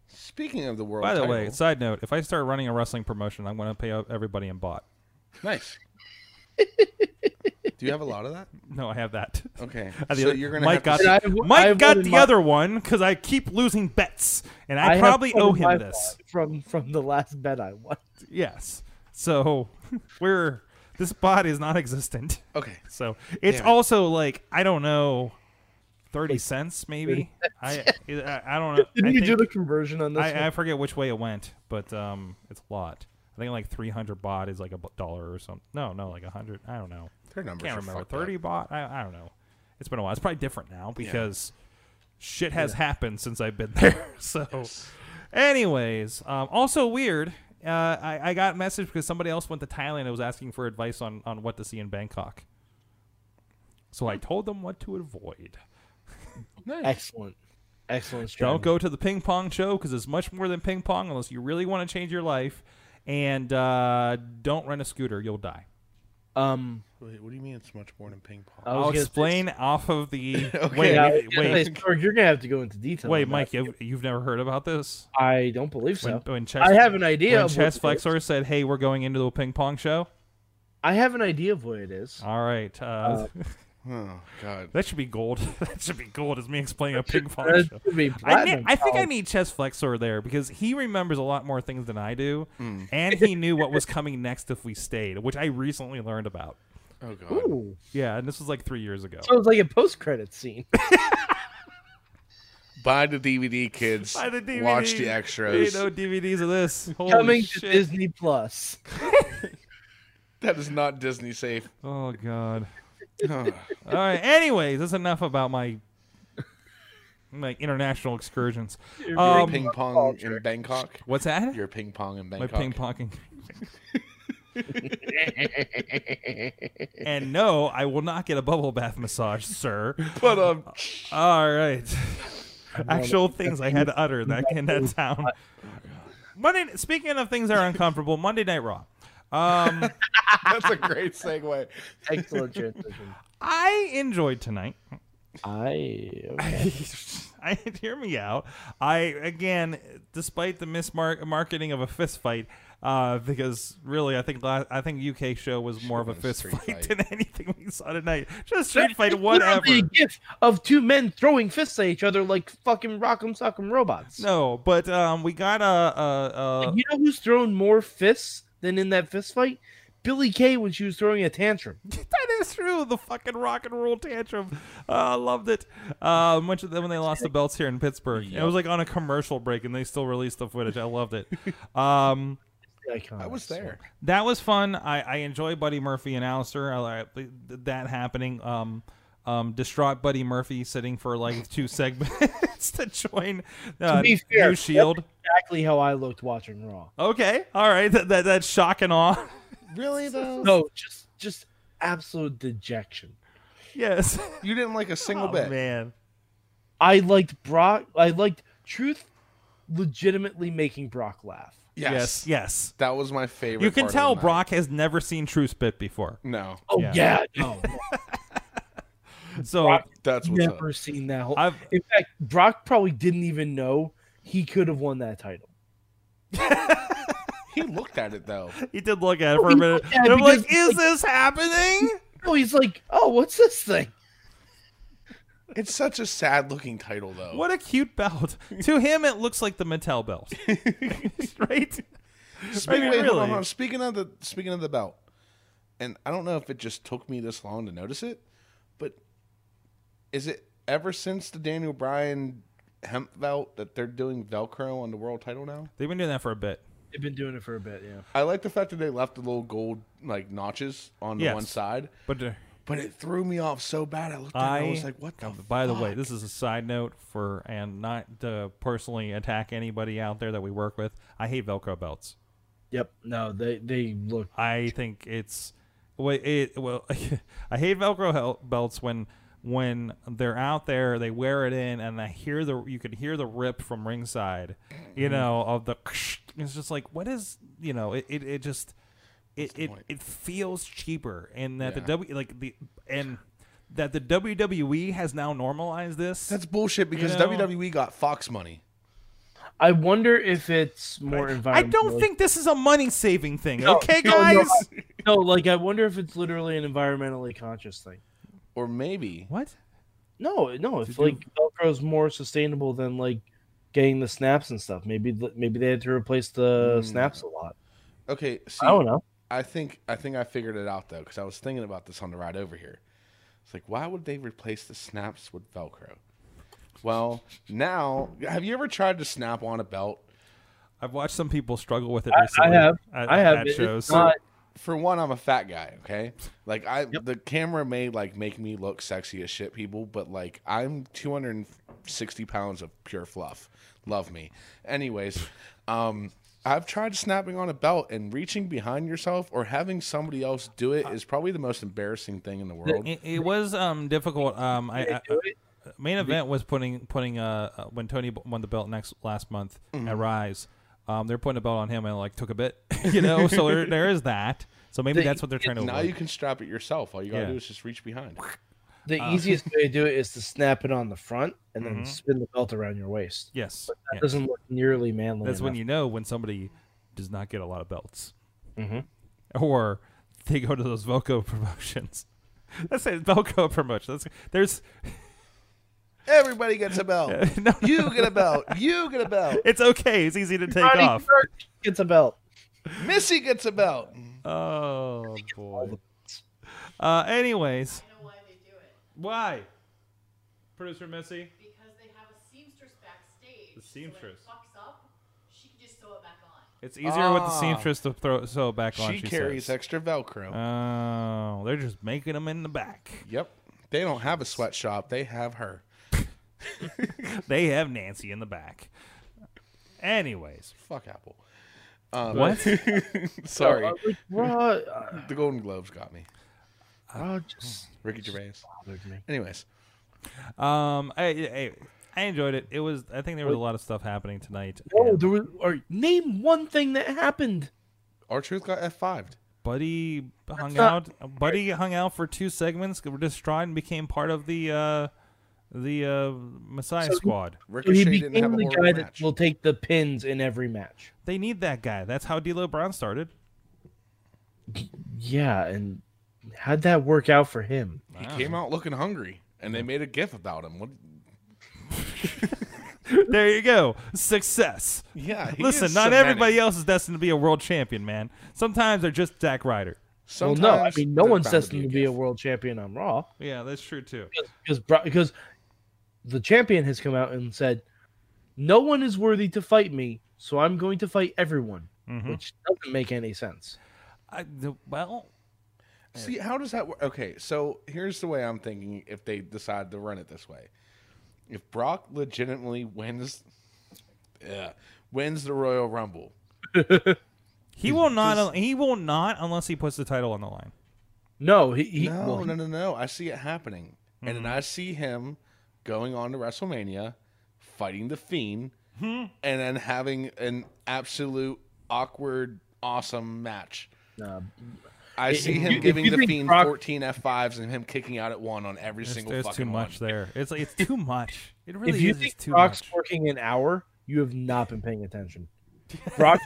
Speaking of the world,
By the way,
title-
side note: if I start running a wrestling promotion, I'm going to pay up everybody in bot.
nice. Do you have a lot of that?
No, I have that.
Okay,
I
so
think
you're gonna
Mike got
have to,
And I have one- I
Mike
have
got
one in
the
my-
other one because I keep losing bets, and I,
have
probably
some
owe
in my
him this.
wallet from from the last bet I won.
Yes. So we're this bot is non-existent.
okay.
So it's
Damn it.
also like I don't know, thirty cents maybe. I, I I don't know.
Didn't
I
you do
think-
the conversion on this? one?
I, I forget which way it went, but um, it's a lot. I think like 300 baht is like a bu- dollar or something. No, no, like 100. I don't know.
Their numbers
Can't
are
remember.
fucked up.
30 baht? I, I don't know. It's been a while. It's probably different now because shit has happened since I've been there. So, anyways, um, also weird. Uh, I, I got a message because somebody else went to Thailand and was asking for advice on, on what to see in Bangkok. So I told them what to avoid.
Excellent. Excellent.
Don't
Strategy.
go to the ping pong show because it's much more than ping pong unless you really want to change your life. And uh, don't rent a scooter; you'll die.
Um,
Wait, what do you mean it's much more than ping pong?
I was
I'll
gonna say-
explain off of the.
Okay.
Wait,
Yeah, I was
wait,
gonna
wait,
say, Sorg, you're gonna have to go into detail.
wait,
on
Mike.
that.
You, you've never heard about this?
I don't believe so.
When, when Chess,
I have an idea.
when
of
Chess
what it is.
Flexor said, "Hey, we're going into a ping pong show."
I have an idea of what it is.
All right, uh,
Oh God.
that should be gold. that should be gold. Is me explaining a ping pong
That
show.
should be
I, ne-
platinum Oh,
I think I
powered.
need Chess Flexor there because he remembers a lot more things than I do,
Hmm.
and he knew what was coming next if we stayed, which I recently learned about.
Oh God.
Ooh.
Yeah, and this was like three years ago.
So it's like a post-credit scene.
Buy the DVD, kids. Watch the extras.
Ain't no DVDs of this. Holy
coming
shit.
to Disney Plus.
That is not Disney safe.
Oh god.
Ugh.
All right. Anyways, that's enough about my my international excursions. Um,
ping pong in Bangkok.
what's that?
Your ping pong in
my
Bangkok.
ping ponging. and no, I will not get a bubble bath massage, sir.
But um,
All right. Actual things I had to utter in that in that town. Monday. Speaking of things that are uncomfortable, Monday Night Raw. Um,
that's a great segue.
Excellent transition.
I enjoyed tonight.
I
I hear me out. I again, despite the mismark marketing of a fist fight, uh, because really, I think la- I think UK show was more of a
Should've been a
fist
street
fight
fight.
than anything we saw tonight. Just street fight, whatever.
A gif of two men throwing fists at each other like fucking rock'em sock'em robots.
No, but um, we got a, a, a
You know who's thrown more fists than in that fist fight? Billy Kay when she was throwing a tantrum.
that is true. The fucking rock and roll tantrum. Uh, I loved it. Uh, much of them when they lost the belts here in Pittsburgh. It was like on a commercial break, and they still released the footage. I loved it. Um.
Iconic.
I was there.
that was fun. I, I enjoy Buddy Murphy and Alistair. I, I, that happening. Um, um, distraught Buddy Murphy sitting for like two segments to join uh,
To be fair,
New Shield.
that's exactly how I looked watching Raw.
Okay, all right. That that that's shock and awe.
Really though?
No, just just absolute dejection.
yes.
You didn't like a single
Oh
bit.
man.
I liked Brock. I liked Truth, legitimately making Brock laugh.
Yes.
Yes. Yes.
That was my favorite.
You can
part of
tell
the night.
Brock has never seen True Spit before.
No,
Oh
Yeah.
yeah, no,
So
Brock
that's what's
never
up.
seen that whole.
I've
In fact, Brock probably didn't even know he could have won that title.
He looked at it though.
he did look at it for a
Oh, he
minute.
looked at it
And I'm like,
because-
is this happening?
No, he's like, oh, what's this thing?
It's such a sad looking title
Oh.
though.
What a cute belt. to him, it looks like the Mattel belt. right?
Speaking,
I mean,
wait, hold on,
really.
hold on. speaking of the speaking of the belt, and I don't know if it just took me this long to notice it, but is it ever since the Daniel Bryan hemp belt that they're doing Velcro on the world title now?
They've been doing that for a bit.
They've been doing it for a bit, yeah.
I like the fact that they left the little gold like notches on the
Yes.
one side,
But uh,
but it threw me off so bad. I looked at
I,
it and I was like, "What the?"
By the
fuck?
way, this is a side note for and not to personally attack anybody out there that we work with. I hate Velcro belts.
Yep. No, they they look.
I think it's well, it, well I hate Velcro hel- belts when when they're out there, they wear it in, and I hear the you could hear the rip from ringside, you know, of the. It's just like what is you know it it, it just it it,
point?
it feels cheaper, and that
Yeah.
the W like the and that the WWE has now normalized this.
that's bullshit because
know-
WWE got Fox money.
I wonder if it's more
I
environmental.
don't think this is a money saving thing. okay,
no, no,
guys.
No, like I wonder if it's literally an environmentally conscious thing.
Or maybe
What?
No, no. If like Velcro's more sustainable than like getting the snaps and stuff, maybe maybe they had to replace the snaps a lot.
okay. See,
I don't know.
I think I think I figured it out though because I was thinking about this on the ride over here. It's like, why would they replace the snaps with Velcro? Well, now have you ever tried to snap on a belt?
I've watched some people struggle with it
I
recently.
have,
at-
I have.
at
It-
shows.
It's not,
For one, I'm a fat guy. Okay, like I the camera may like make me look sexy as shit, people, but like I'm 260 pounds of pure fluff. Love me. Anyways, um. I've tried snapping on a belt and reaching behind yourself or having somebody else do it is probably the most embarrassing thing in the world.
It, it was um difficult. Um, I, I, I- uh,
Mm-hmm.
main event was putting putting uh uh, when Tony b- won the belt next last month at Rise. Um, they're putting a belt on him and like took a bit, you know. so there, there is that. So maybe
They-
that's what they're trying to.
now
avoid.
you can strap it yourself. All you gotta
Yeah.
do is just reach behind.
The easiest way to do it is to snap it on the front and then spin the belt around your waist.
yes,
That
Mm-hmm. yeah.
doesn't look nearly manly.
that's when
enough.
you know when somebody does not get a lot of belts,
Mhm.
or they go to those Velcro promotions. That's a Velcro promotion. That's, there's
Everybody gets a belt.
no,
You get a belt. You get a belt.
it's okay. It's easy to take
Roddy
off.
Kirk gets a belt.
Missy gets a belt.
Oh boy. Uh, anyways,
I know why they do it.
why? Producer Missy.
Because they have a seamstress backstage.
The seamstress.
So when it fucks up, she can just sew it back on.
It's easier with the
Ah.
seamstress to throw sew it back on.
She Uh. carries
says.
extra Velcro.
Oh, they're just making them in the back.
Yep. They don't have a sweatshop. They have her.
They have Nancy in the back. Anyways,
Fuck Apple. Um,
what?
Sorry.
Like, Raw, uh,
the Golden Globes got me.
Ah,
Raw just
Ricky Gervais.
bothered me.
Anyways,
um, I, I I enjoyed it. It was. I think there was a lot of stuff happening tonight.
Oh,
and
there was. Or name one thing that happened.
our truth got F5'd.
Buddy hung out.
not-
Buddy hung out for two segments. Were destroyed and became part of the uh, the uh, Messiah Squad.
So he
Ricochet didn't have
became
a
the
horrible
guy
match.
that will take the pins in every match.
They need that guy. That's how D'Lo Brown started.
Yeah, and how'd that work out for him?
He came out looking hungry, and they made a gif about him. What?
There you go. Success.
Yeah. he
Listen,
is
not
cemented.
everybody else is destined to be a world champion, man. Sometimes they're just Zack Ryder.
Sometimes
well, no, I mean, no
there's
one's
bound
destined to be a
gif.
world champion on Raw
Yeah, that's true too.
because because the champion has come out and said, "No one is worthy to fight me, so I'm going to fight everyone,"
Mm-hmm.
which doesn't make any sense.
I, the, well,
See, how does that work? Okay, so here's the way I'm thinking if they decide to run it this way. If Brock legitimately wins yeah, wins the Royal Rumble.
he will not. He will not unless he puts the title on the line.
No, Mm-hmm. he, he
No,
well,
no, no, no. I see it happening. And then I see him going on to WrestleMania, fighting the Fiend,
Hmm.
and then having an absolute awkward awesome match.
no,
I see
if
him
you- if
giving
you
the
think
Fiend
Brock-
14 F5s and him kicking out at one on every
There's,
single
there's
fucking
too much
one.
there. It's like it's too much. It really
if you
is
think
just too
Brock's
much.
working an hour, you have not been paying attention. Brock,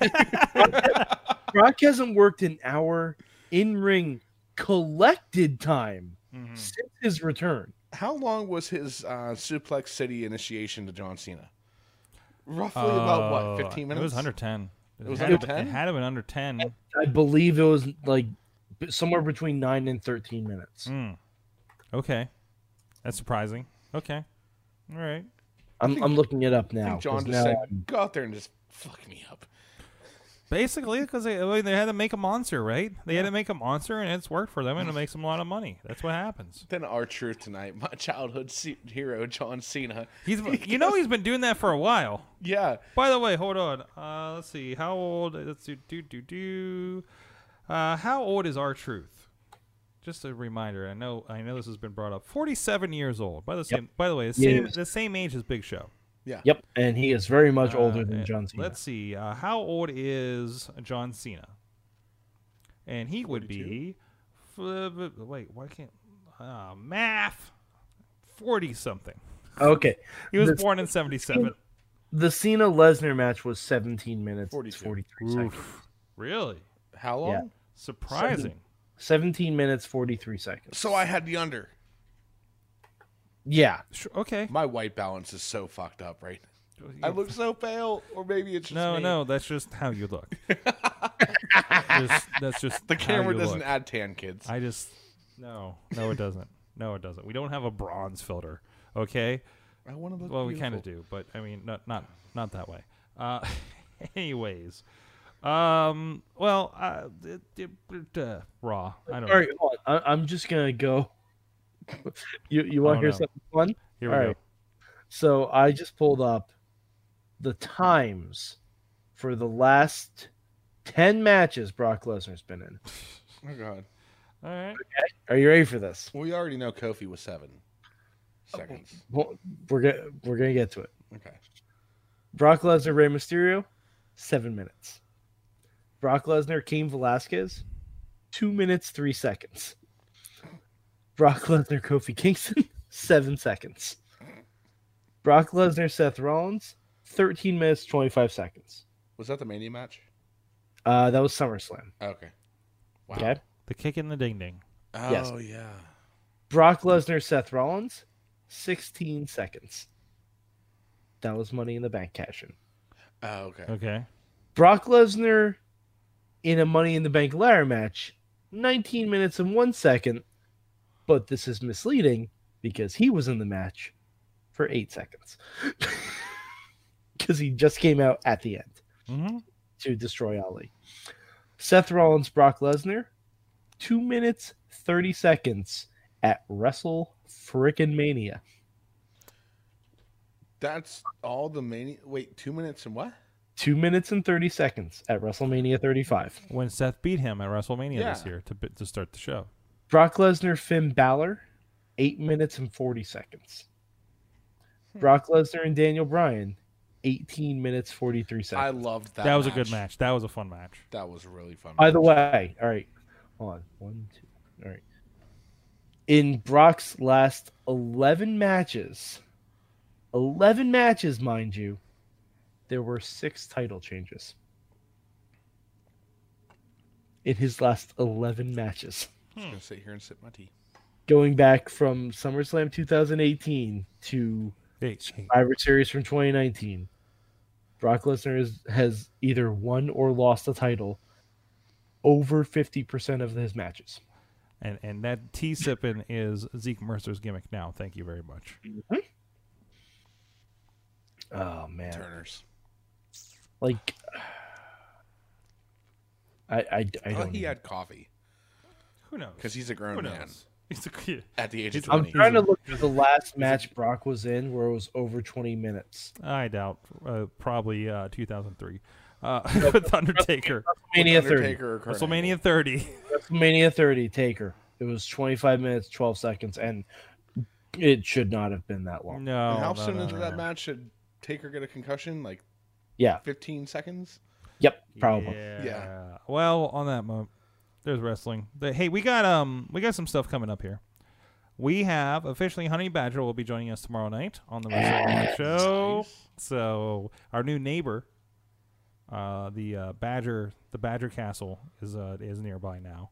Brock hasn't worked an hour in ring collected time
Mm-hmm. Hmm.
since his return.
how long was his uh, Suplex City initiation to John Cena? Roughly about what,
Uh,
fifteen minutes?
It was under ten. It,
was
had to
under
be-
10?
It had to been under ten.
I believe it was like b- somewhere between nine and thirteen minutes.
Hmm.
Okay, that's surprising. Okay, all right.
I'm, I'm looking it up
I
now.
think John
'cause
just
now
said,
I'm-
"Go out there and just fuck me up."
Basically, because they, well, they had to make a monster, right? They had to make a monster, and it's worked for them, and it makes them a lot of money. That's what happens.
Then our truth tonight, my childhood se- hero John Cena.
He's, you know, he's been doing that for a while.
Yeah,
By the way, hold on. Uh, let's see. How old? Let's do do do do. Uh, how old is our truth? Just a reminder. I know. I know this has been brought up. Forty-seven years old. By the same. By the way, the same.
Yes.
The same age as Big Show.
Yep, and he is very much older
Uh,
than
uh,
John Cena.
Let's see. Uh, how old is John Cena? And he would be. f- b- Wait, why can't. Uh, math! 40 something.
Okay,
He was
The-
born in 77.
the Cena Lesnar match was 17 minutes
42.
43 seconds.
Really?
how long?
Yeah.
Surprising.
17 minutes 43 seconds.
So I had the under.
Yeah,
Sure, okay.
My white balance is so fucked up, right? I look so pale, or maybe it's just
No,
me.
no, that's just how you look. Just- that's just
The camera doesn't
Look.
add tan, kids.
I just. No, no, it doesn't. No, it doesn't. We don't have a bronze filter, okay?
I want to look.
Well, we kind
beautiful.
of do, but I mean, not not not that way. Uh, anyways, um, well, uh, d- d- d- uh, raw. I don't
all
know.
right, hold on. I, I'm just gonna go. you you want
Oh,
to hear
no.
something fun?
Here we
all
go.
right. So I just pulled up the times for the last 10 matches Brock Lesnar's been in.
Oh god,
All right.
Are you ready for this?
we already know Kofi was seven
Oh,
seconds.
Well, We're gonna we're gonna get to it.
Okay,
Brock Lesnar, Rey Mysterio, seven minutes. Brock Lesnar, Cain Velasquez, two minutes, three seconds. Brock Lesnar, Kofi Kingston, seven seconds. Brock Lesnar, Seth Rollins, 13 minutes, 25 seconds.
Was that the Mania match?
Uh, that was SummerSlam.
Okay. Wow.
Okay.
The kick in the ding ding.
Oh
Yes.
yeah.
Brock Lesnar, Seth Rollins, 16 seconds. That was Money in the Bank cash in.
Oh okay.
Okay.
Brock Lesnar in a Money in the Bank ladder match, 19 minutes and one second. But this is misleading because he was in the match for eight seconds. Because he just came out at the end
Mm-hmm.
to destroy Ali. Seth Rollins, Brock Lesnar, two minutes, 30 seconds at Wrestle Frickin' Mania.
That's all the Mania. Wait, two minutes and what?
Two minutes and 30 seconds at WrestleMania 35.
When Seth beat him at WrestleMania this
Yeah.
year to b- to start the show.
Brock Lesnar, Finn Balor, eight minutes and 40 seconds. Brock Lesnar and Daniel Bryan, 18 minutes, 43 seconds.
I loved that.
That, was a good match. That was a fun match.
That was a really fun.
By the
match.
way, all right, hold on. One, two, all right. In Brock's last 11 matches, 11 matches, mind you, there were six title changes. In his last 11 matches,
I'm just gonna sit here and sip my tea.
going back from SummerSlam 2018 to
Hey,
Survivor Series from 2019. Brock Lesnar is, has either won or lost the title over 50% of his matches.
And and that tea sipping is Zeke Mercer's gimmick now. Thank you very much.
Oh man.
Turners.
Like I I, I
I
don't
thought Oh, he
even-
had coffee
Who knows?
because he's a
Who
grown man
knows? He's a kid.
at the age of
He's- I'm
I'm
20.
trying to look for the last match Brock was in where it was over 20 minutes.
I doubt. Uh, probably uh, 2003. Uh, with Undertaker.
WrestleMania 30.
Undertaker or Kurt Angle.
WrestleMania 30.
WrestleMania 30 Taker. It was 25 minutes 12 seconds and it should not have been that long.
No.
And how
Oh, no,
soon
no,
into
no,
that
no.
match should Taker get a concussion? Like
Yeah.
15 seconds?
Yep, probably.
Yeah.
Yeah.
Well, on that note, there's wrestling. The- hey, we got um we got some stuff coming up here. We have officially Honey Badger will be joining us tomorrow night on the Wrestling Show. So our new neighbor, uh, the uh, Badger, the Badger Castle is uh, is nearby now.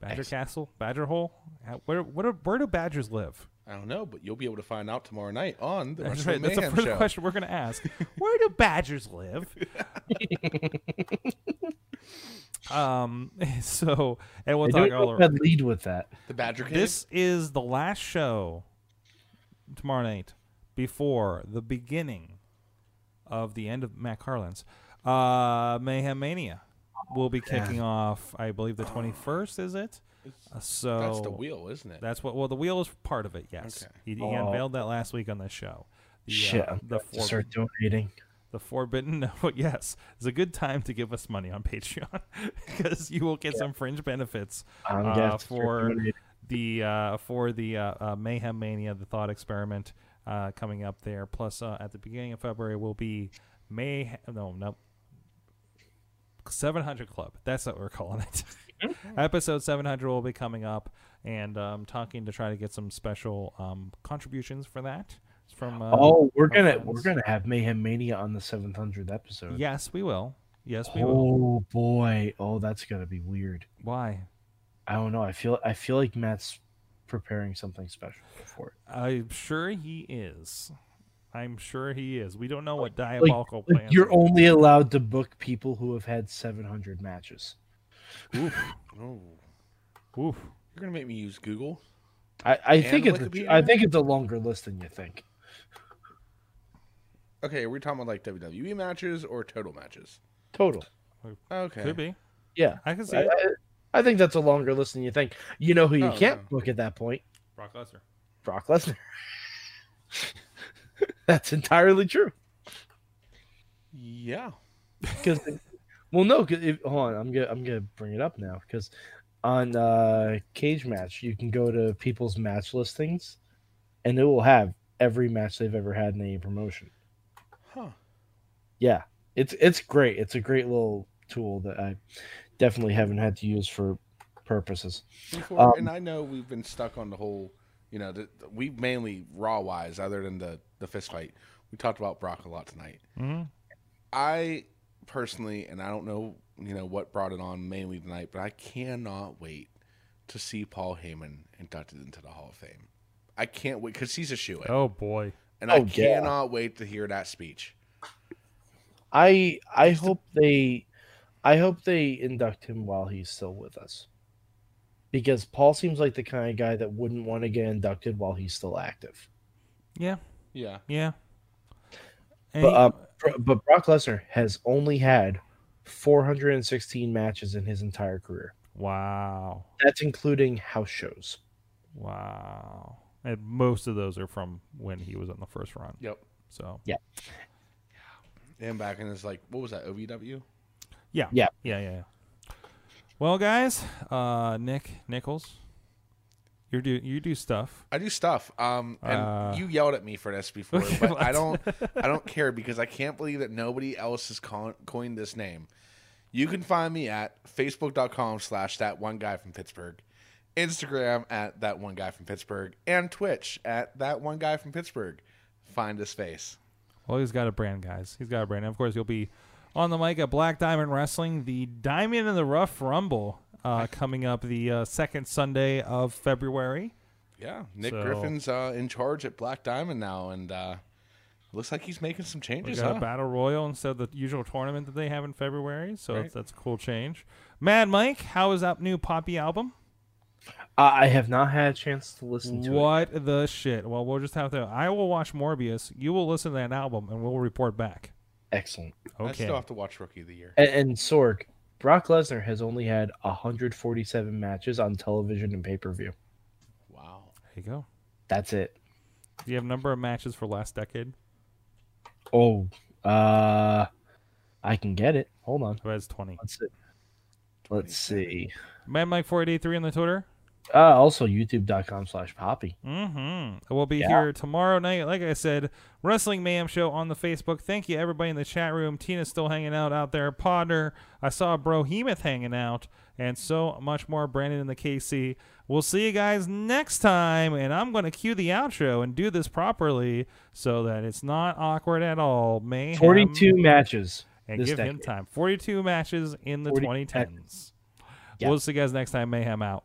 Badger Castle, Badger Hole. How- Where what are, where do badgers live?
I don't know, but you'll be able to find out tomorrow night on the
That's right.
Wrestling
That's the
Mayhem
first
show.
question we're going to ask. Where do badgers live? um. So, and we'll
I
talk
don't
all
know if
around.
I'd lead with that.
The Badger Cave.
This is the last show tomorrow night before the beginning of the end of Matt Carlin's uh, Mayhem Mania. Will be kicking off, I believe, the twenty first. Is it? Uh, so
That's the wheel, isn't it?
that's what. Well, the wheel is part of it. Yes,
Okay.
he, he
Oh.
unveiled that last week on this show. The, uh,
Shit, I'm
the
going to start
forbid-
donating.
the forbidden no yes it's a good time to give us money on patreon because you will get some fringe benefits
I'm
uh,
gonna have to start
for
donating.
the uh, for the uh, uh, mayhem mania the thought experiment uh, coming up there plus uh, at the beginning of february will be may no no 700 club that's what we're calling it
Mm-hmm.
episode 700 will be coming up and um, talking to try to get some special um, contributions for that from uh,
Oh, we're
our
gonna
friends.
we're gonna have Mayhem Mania on the seventh hundredth episode.
yes we will yes we will
Oh boy. Oh, that's gonna be weird.
Why?
I don't know. I feel I feel like Matt's preparing something special for it.
I'm sure he is. I'm sure he is. We don't know what diabolical
Like,
plans.
you're
he-
only allowed to book people who have had seven hundred matches.
Oh,
Oof.
you're going to make me use Google.
I, I think it's
Wikipedia?
a, I think it's a longer list than you think.
Okay, are we talking about like WWE matches or total matches?
Total.
Okay.
Could be.
Yeah.
I can see
I,
it.
I- I think that's a longer list than you think. You know who you
Oh,
can't
no.
book at that point?
Brock Lesnar.
Brock Lesnar. that's entirely true.
Yeah.
because well no 'cause if, hold on i'm gonna i'm gonna bring it up now because on uh cage match you can go to people's match listings and it will have every match they've ever had in any promotion
Huh.
yeah it's it's great. It's a great little tool that I definitely haven't had to use for purposes.
before,
Um,
and I know we've been stuck on the whole, you know, the, we mainly raw wise, other than the the fist fight. We talked about Brock a lot tonight.
Mhm.
I personally, and I don't know, you know, what brought it on mainly tonight, but I cannot wait to see Paul Heyman inducted into the Hall of Fame. I can't wait because he's a shoe in,
Oh boy.
and
Oh,
I
yeah.
cannot wait to hear that speech.
I I hope they I hope they induct him while he's still with us. Because Paul seems like the kind of guy that wouldn't want to get inducted while he's still active.
Yeah.
Yeah,
Yeah. And
But
he-
um, Bro- but Brock Lesnar has only had 416 matches in his entire career.
wow.
That's including house shows.
Wow. And most of those are from when he was on the first run.
yep.
So
And back and it's like, what was that? OVW.
yeah.
Yeah.
Yeah. Yeah. yeah. Well, guys, uh, Nick Nichols, you do you do stuff.
I do stuff. Um, and
Uh.
you yelled at me for this before,
Okay,
but I
what?
don't. I don't care because I can't believe that nobody else has con- coined this name. You can find me at facebook.com slash that one guy from Pittsburgh, Instagram at that one guy from Pittsburgh, and Twitch at that one guy from Pittsburgh. Find his face.
Well, he's got a brand, guys. He's got a brand. And of course, he'll be on the mic at Black Diamond Wrestling, the Diamond in the Rough Rumble, uh, coming up the uh, second Sunday of February.
Yeah, Nick
So-
Griffin's uh, in charge at Black Diamond now, and uh, looks like he's making some
We
changes.
got
huh?
a battle royal instead of the usual tournament that they have in February, so
Right.
that's, that's a cool change. Mad Mike, how is that new Poppy album?
I I have not had a chance to listen to it.
What the shit? Well, we'll just have to. I will watch Morbius. You will listen to that album, and we'll report back.
Excellent.
I still
Okay.
have to watch Rookie of the Year.
And, and Sorg, Brock Lesnar has only had 147 matches on television and pay per view.
Wow.
There you go.
That's it.
Do you have number of matches for last decade?
Oh, uh, I can get it. Hold on.
Who has twenty?
Let's see. Let's see.
Mad Mike four eight eight three on the Twitter.
Uh, also, youtube.com slash poppy.
Mm-hmm. We'll be
Yeah.
here tomorrow night. Like I said, Wrestling Mayhem Show on the Facebook. Thank you, everybody in the chat room. Tina's still hanging out out there. Podner. I saw Brohemoth hanging out. And so much more. Brandon and the KC. We'll see you guys next time. And I'm going to cue the outro and do this properly so that it's not awkward at all. Mayhem.
42 matches.
And
this
give him
decade.
time. 42 matches in the
40
2010s.
Yeah.
We'll see you guys next time. Mayhem out.